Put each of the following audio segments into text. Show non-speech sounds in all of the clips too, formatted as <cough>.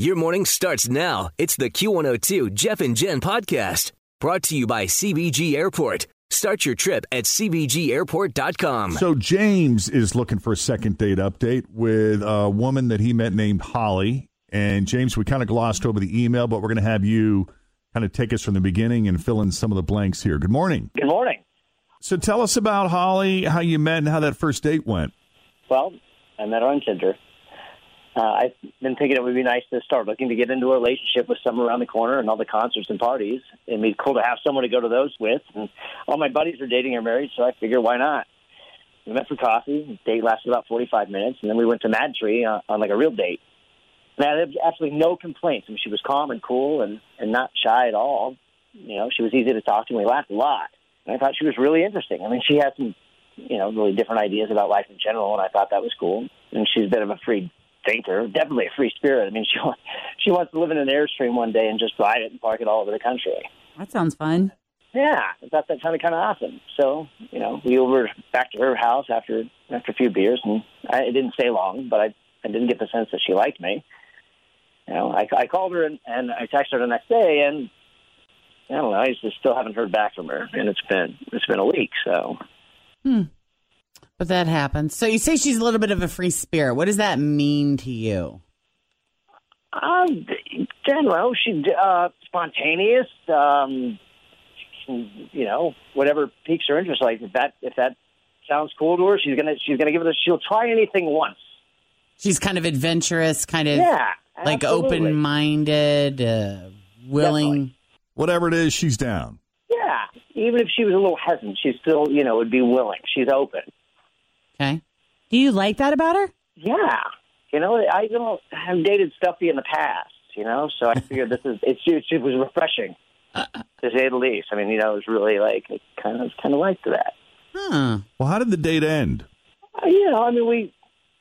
Your morning starts now. It's the Q102 Jeff and Jen podcast brought to you by CBG Airport. Start your trip at CBGAirport.com. So James is looking for a second date update with a woman that he met named Holly. And James, we kind of glossed over the email, but we're going to have you kind of take us from the beginning and fill in some of the blanks here. Good morning. Good morning. So tell us about Holly, how you met, and how that first date went. Well, I met her on Tinder. Uh, I've been thinking it would be nice to start looking to get into a relationship with someone around the corner and all the concerts and parties. It'd be cool to have someone to go to those with. And all my buddies are dating or married, so I figure why not? We met for coffee. The date lasted about 45 minutes, and then we went to Mad Tree uh, on like a real date. And I had absolutely no complaints. I mean, she was calm and cool and, and not shy at all. You know, she was easy to talk to, and we laughed a lot. And I thought she was really interesting. I mean, she had some, you know, really different ideas about life in general, and I thought that was cool. And she's a bit of a free thinker, definitely a free spirit. I mean, <laughs> she wants, she wants to live in an airstream one day and just ride it and park it all over the country. That sounds fun. Yeah, I thought that sounded kind of awesome. So you know, we over back to her house after after a few beers, and I, it didn't stay long, but I I didn't get the sense that she liked me. You know, I, I called her and, and I texted her the next day, and I don't know, I just still haven't heard back from her, and it's been it's been a week. So But that happens. So you say she's a little bit of a free spirit. What does that mean to you? Um, general, she's uh, spontaneous. Um, you know, whatever piques her interest. Like if that if that sounds cool to her, she's gonna she's gonna give it. A, she'll try anything once. She's kind of adventurous, kind of Yeah, like absolutely. open minded, uh, willing. Whatever it is, she's down. Yeah, even if she was a little hesitant, she still you know would be willing. She's open. Okay. Do you like that about her? Yeah, you know, I don't have dated stuffy in the past. You know, so I figured this is it's it, it was refreshing Uh, to say the least. I mean, you know, it was really like I kind of kind of liked that. Huh. Well, how did the date end? Uh, you know, I mean, we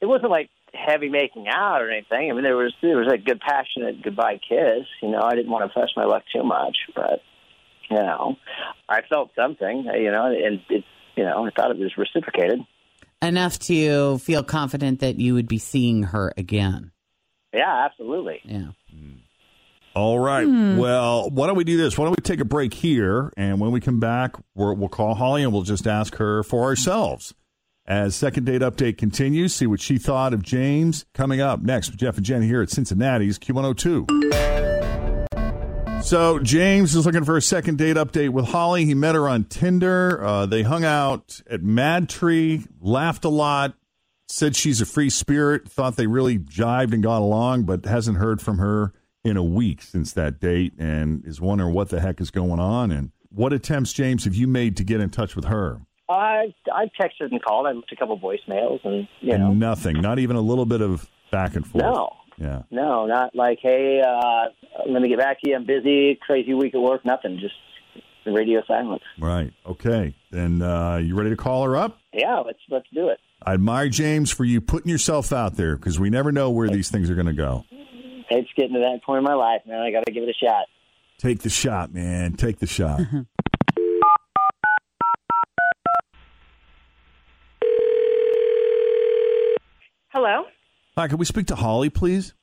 it wasn't like heavy making out or anything. I mean, there was there was a good passionate goodbye kiss. You know, I didn't want to press my luck too much, but you know, I felt something. uh, You know, and it you know I thought it was reciprocated. Enough to feel confident that you would be seeing her again. Yeah, absolutely. Yeah. All right. Well, why don't we do this? Why don't we take a break here? And when we come back, we're, we'll call Holly and we'll just ask her for ourselves. As Second Date Update continues, see what she thought of James coming up next with Jeff and Jen here at Cincinnati's Q102. So, James is looking for a second date update with Holly. He met her on Tinder. Uh, they hung out at Mad Tree, laughed a lot, said she's a free spirit, thought they really jived and got along, but hasn't heard from her in a week since that date and is wondering what the heck is going on and what attempts, James, have you made to get in touch with her? I I texted and called. I left a couple voicemails, and you know, And nothing, not even a little bit of back and forth. No. Yeah. no, not like hey, uh, let me get back to you. I'm busy, crazy week at work, nothing. Just radio silence. Right. Okay. Then uh, you ready to call her up? Yeah, let's let's do it. I admire James for you putting yourself out there because we never know where these things are going to go. It's getting to that point in my life, man. I got to give it a shot. Take the shot, man. Take the shot. Hello, Hi, can we speak to Holly, please?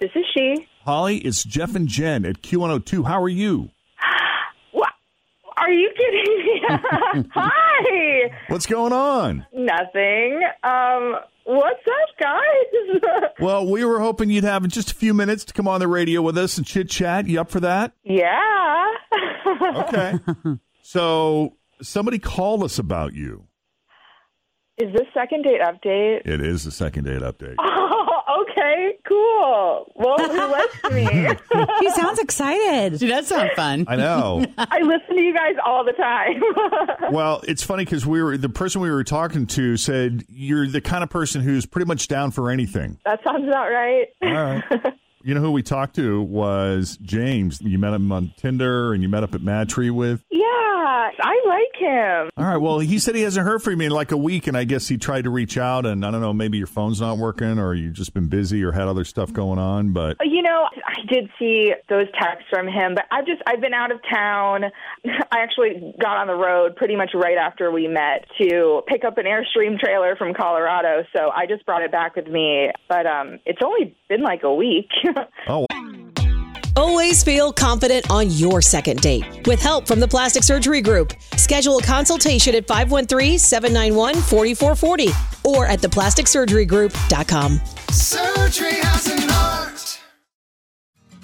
this is she. oh Holly, it's Jeff and Jen at Q102. How are you? What? Are Are you kidding me? <laughs> Hi. What's going on? Nothing. Um, what's up, guys? <laughs> Well, we were hoping you'd have just a few minutes to come on the radio with us and chit chat. You up for that? yeah. <laughs> Okay. so somebody called us about you. Is this second date update? It is the second date update. <laughs> Oh, okay, cool. Well, who likes me? <laughs> He sounds excited. Gee, that sounds fun. I know. I listen to you guys all the time. <laughs> well, it's funny because we were the person we were talking to said you're the kind of person who's pretty much down for anything. that sounds about right. You know who we talked to was James. You met him on Tinder and you met up at Madtree with. Yeah, I like him. All right. Well, he said he hasn't heard from me in like a week, and I guess he tried to reach out, and I don't know, maybe your phone's not working, or you've just been busy, or had other stuff going on. But You know, I did see those texts from him, but I've just I've been out of town. <laughs> I actually got on the road pretty much right after we met to pick up an Airstream trailer from Colorado, so I just brought it back with me. But um it's only been like a week. <laughs> oh, Always feel confident on your second date. With help from the Plastic Surgery Group, schedule a consultation at 513 791 4440 or at theplasticsurgerygroup.com. Surgery has an art.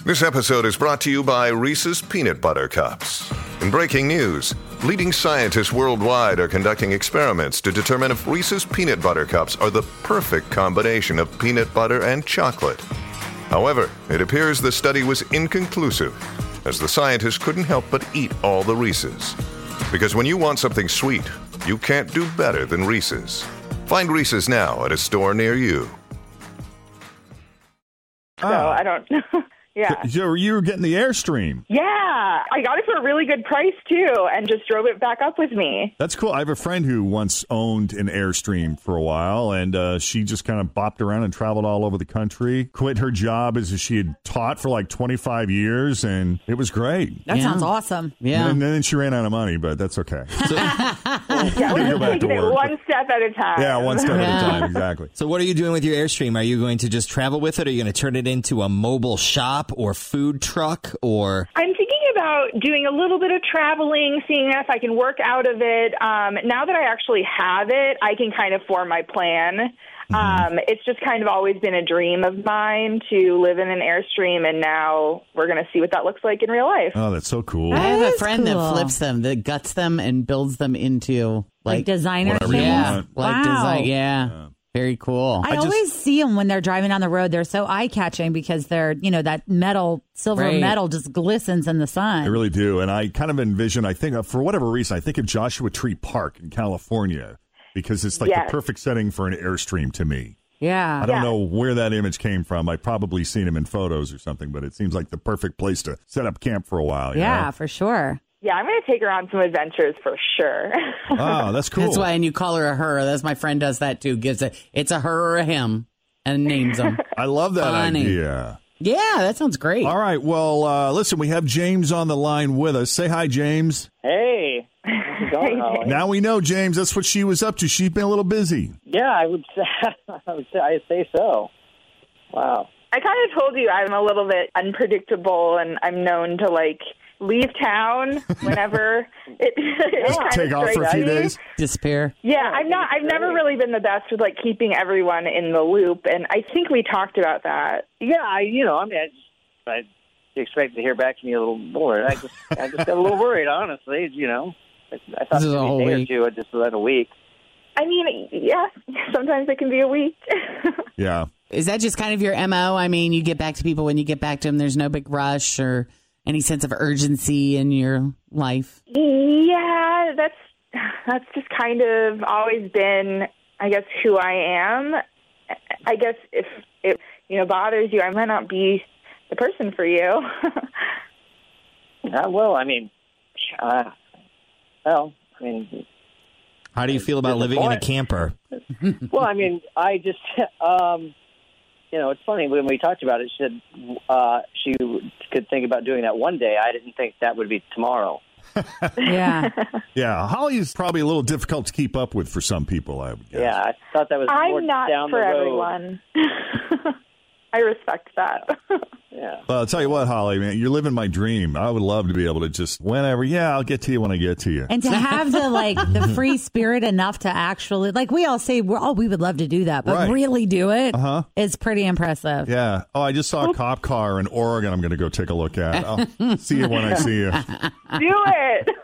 This episode is brought to you by Reese's Peanut Butter Cups. In breaking news, leading scientists worldwide are conducting experiments to determine if Reese's Peanut Butter Cups are the perfect combination of peanut butter and chocolate. However, it appears the study was inconclusive, as the scientists couldn't help but eat all the Reese's. Because when you want something sweet, you can't do better than Reese's. Find Reese's now at a store near you. so Ah. I don't <laughs> Yeah. so you were getting the airstream. Yeah, I got it for a really good price too and just drove it back up with me. <laughs> That's cool. I have a friend who once owned an Airstream for a while, and uh, she just kind of bopped around and traveled all over the country. Quit her job as she had taught for like 25 years, and it was great. That sounds awesome. yeah. And then she ran out of money, but that's okay. Yeah, You go we're just back <laughs> taking to it work. one step at a <laughs> time. yeah, one step at Yeah. a time. <laughs> Exactly. So, what are you doing with your Airstream? Are you going to just travel with it? Are you going to turn it into a mobile shop or food truck? Or I'm thinking about doing a little bit of traveling, seeing if I can work out of it. Um, now that I actually have it, I can kind of form my plan. Mm-hmm. Um, it's just kind of always been a dream of mine to live in an Airstream, and now we're going to see what that looks like in real life. Oh, that's so cool. I have a That's friend cool. that flips them, that guts them, and builds them into Like, like, designer whatever you things. yeah, want. like wow. design. Yeah. very cool. I, always see them when they're driving down the road. They're so eye catching because they're, you know, that metal, silver Right. metal just glistens in the sun. I really do. And I kind of envision, I think, uh, for whatever reason, I think of Joshua Tree Park in California because it's like Yes. the perfect setting for an Airstream to me. I yeah. don't know where that image came from. I probably seen him in photos or something, but it seems like the perfect place to set up camp for a while. you Yeah, know? for sure. Yeah, I'm going to take her on some adventures for sure. <laughs> Oh, that's cool. <laughs> That's why, and you call her a her. That's my friend does that too. Gives it, it's a her or a him, and <laughs> names them. I love that Funny. idea. yeah, that sounds great. All right. Well, uh, listen, we have James on the line with us. Say hi, James. Hey, how's it going, Holly? Now we know, James. That's what she was up to. She's been a little busy. Yeah, I would <laughs> say, I would say, I say so. Wow. I kind of told you I'm a little bit unpredictable, and I'm known to like leave town <laughs> whenever it, <laughs> it kind Take of off for a strikes few me. days. Disappear. Yeah, I'm not. I've never really been the best with like keeping everyone in the loop, and I think we talked about that. Yeah, I you know, I mean, I, just, I expected to hear back from you a little more. I just, I just got a little worried, honestly. You know, I, I thought This is it'd a be whole day week. or two. I just let a week. I mean, yeah, sometimes it can be a week. <laughs> Yeah. Is that just kind of your mo? I mean, you get back to people when you get back to them. There's no big rush or any sense of urgency in your life. yeah, that's that's just kind of always been, I guess, who I am. I guess if it you know bothers you, I might not be the person for you. <laughs> Uh, well, I mean, uh, well, I mean, <laughs> how do you feel about living in a Disappoint. camper? well, I mean, I just, um, you know, it's funny when we talked about it. She said uh, she could think about doing that one day. I didn't think that would be tomorrow. <laughs> Yeah. Yeah. Holly is probably a little difficult to keep up with for some people, I would guess. Yeah, I thought that was more I'm not <laughs> down for the road. everyone. I respect that. <laughs> Yeah. Well, I'll tell you what, Holly, man, you're living my dream. I would love to be able to just whenever. Yeah, I'll get to you when I get to you. And to have the like the free spirit enough to actually like we all say we're all we would love to do that, but Right. really do it is Uh-huh. pretty impressive. Yeah. Oh, I just saw a cop car in Oregon. I'm going to go take a look at. <laughs> I'll see you when I see you. Do it. <laughs>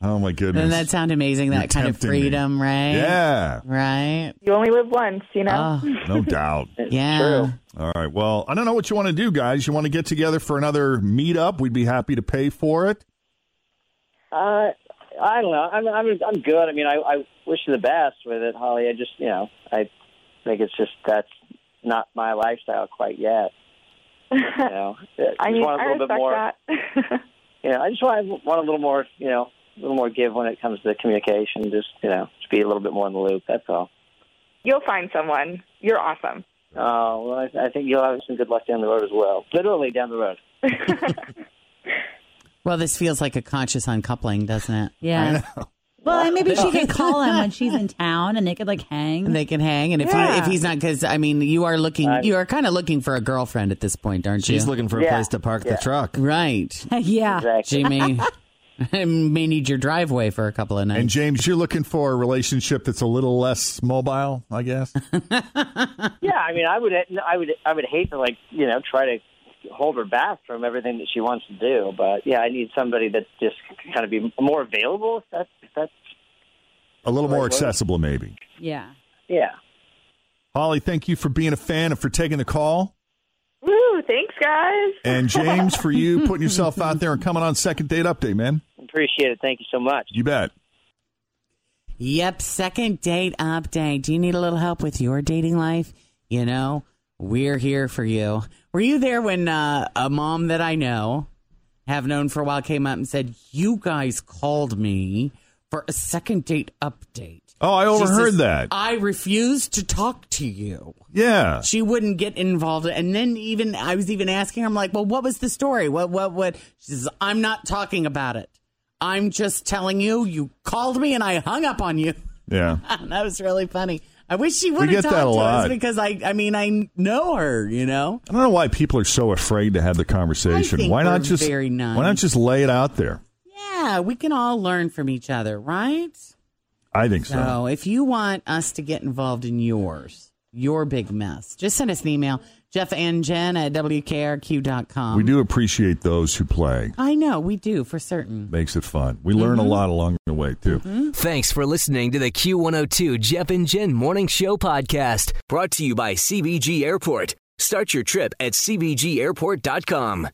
Oh my goodness. Doesn't that sound amazing? That kind of tempting me. freedom, right? Yeah. Right. Oh, You only live once, you Ah. know? No <laughs> doubt. yeah. true. All right. Well, I don't know what you want to do, guys. You want to get together for another meetup? We'd be happy to pay for it. Uh, I don't know. I'm I'm I'm good. I mean, I I wish you the best with it, Holly. I just you know I think it's just that's not my lifestyle quite <laughs> yet. You know, I just mean, want a I little bit respect more. that. <laughs> You know, I just want want a little more. You know, a little more give when it comes to communication. Just you know, just be a little bit more in the loop. That's all. You'll find someone. You're awesome. Oh well, I, I think you'll have some good luck down the road as well. Literally down the road. Well, this feels like a conscious uncoupling, doesn't it? Yeah. I know. Well, and maybe she could call him when she's in town, and they could like hang. They can hang, and if Mm-hmm. Yeah. you, if he's not, because I mean, you are looking, you are kind of looking for a girlfriend at this point, aren't you? She's looking for a Yeah. place to park the Yeah. Mm-hmm. truck, right? yeah. She may, may need your driveway for a couple of nights. And James, you're looking for a relationship that's a little less mobile, I guess. Yeah, I mean, I would, I would, I would hate to like, you know, try to hold her back from everything that she wants to do. But yeah, I need somebody that's just kind of be more available. If That's if that's A little more Right, right. accessible, maybe. yeah, yeah. Holly, thank you for being a fan and for taking the call. Woo, thanks, guys. And James, for you putting yourself out there and coming on Second Date Update, man. Appreciate it. Thank you so much. You bet. Yep, second date update. Do you need a little help with your dating life? You know, we're here for you. Were you there when uh, a mom that I know, have known for a while, came up and said, You guys called me for a second date update? Oh, I She overheard says, that. I refuse to talk to you. Yeah. She wouldn't get involved. And then even I was even asking her, I'm like, well, what was the story? What what what she says, I'm not talking about it. I'm just telling you, you called me and I hung up on you. <laughs> Yeah. that was really funny. I wish she would get have that talked a to lot. us because I I mean I know her, you know? I don't know why people are so afraid to have the conversation. I think why not we're just very nice. why not just lay it out there? Yeah, we can all learn from each other, right? I think so. So if you want us to get involved in yours, your big mess, just send us an email. Jeff and Jen at WKRQ.com. we do appreciate those who play. I know, we do for certain. Makes it fun. We learn Mm-hmm. a lot along the way too. Thanks for listening to the Q102 Jeff and Jen Morning Show podcast brought to you by CBG Airport. Start your trip at CBGAirport.com.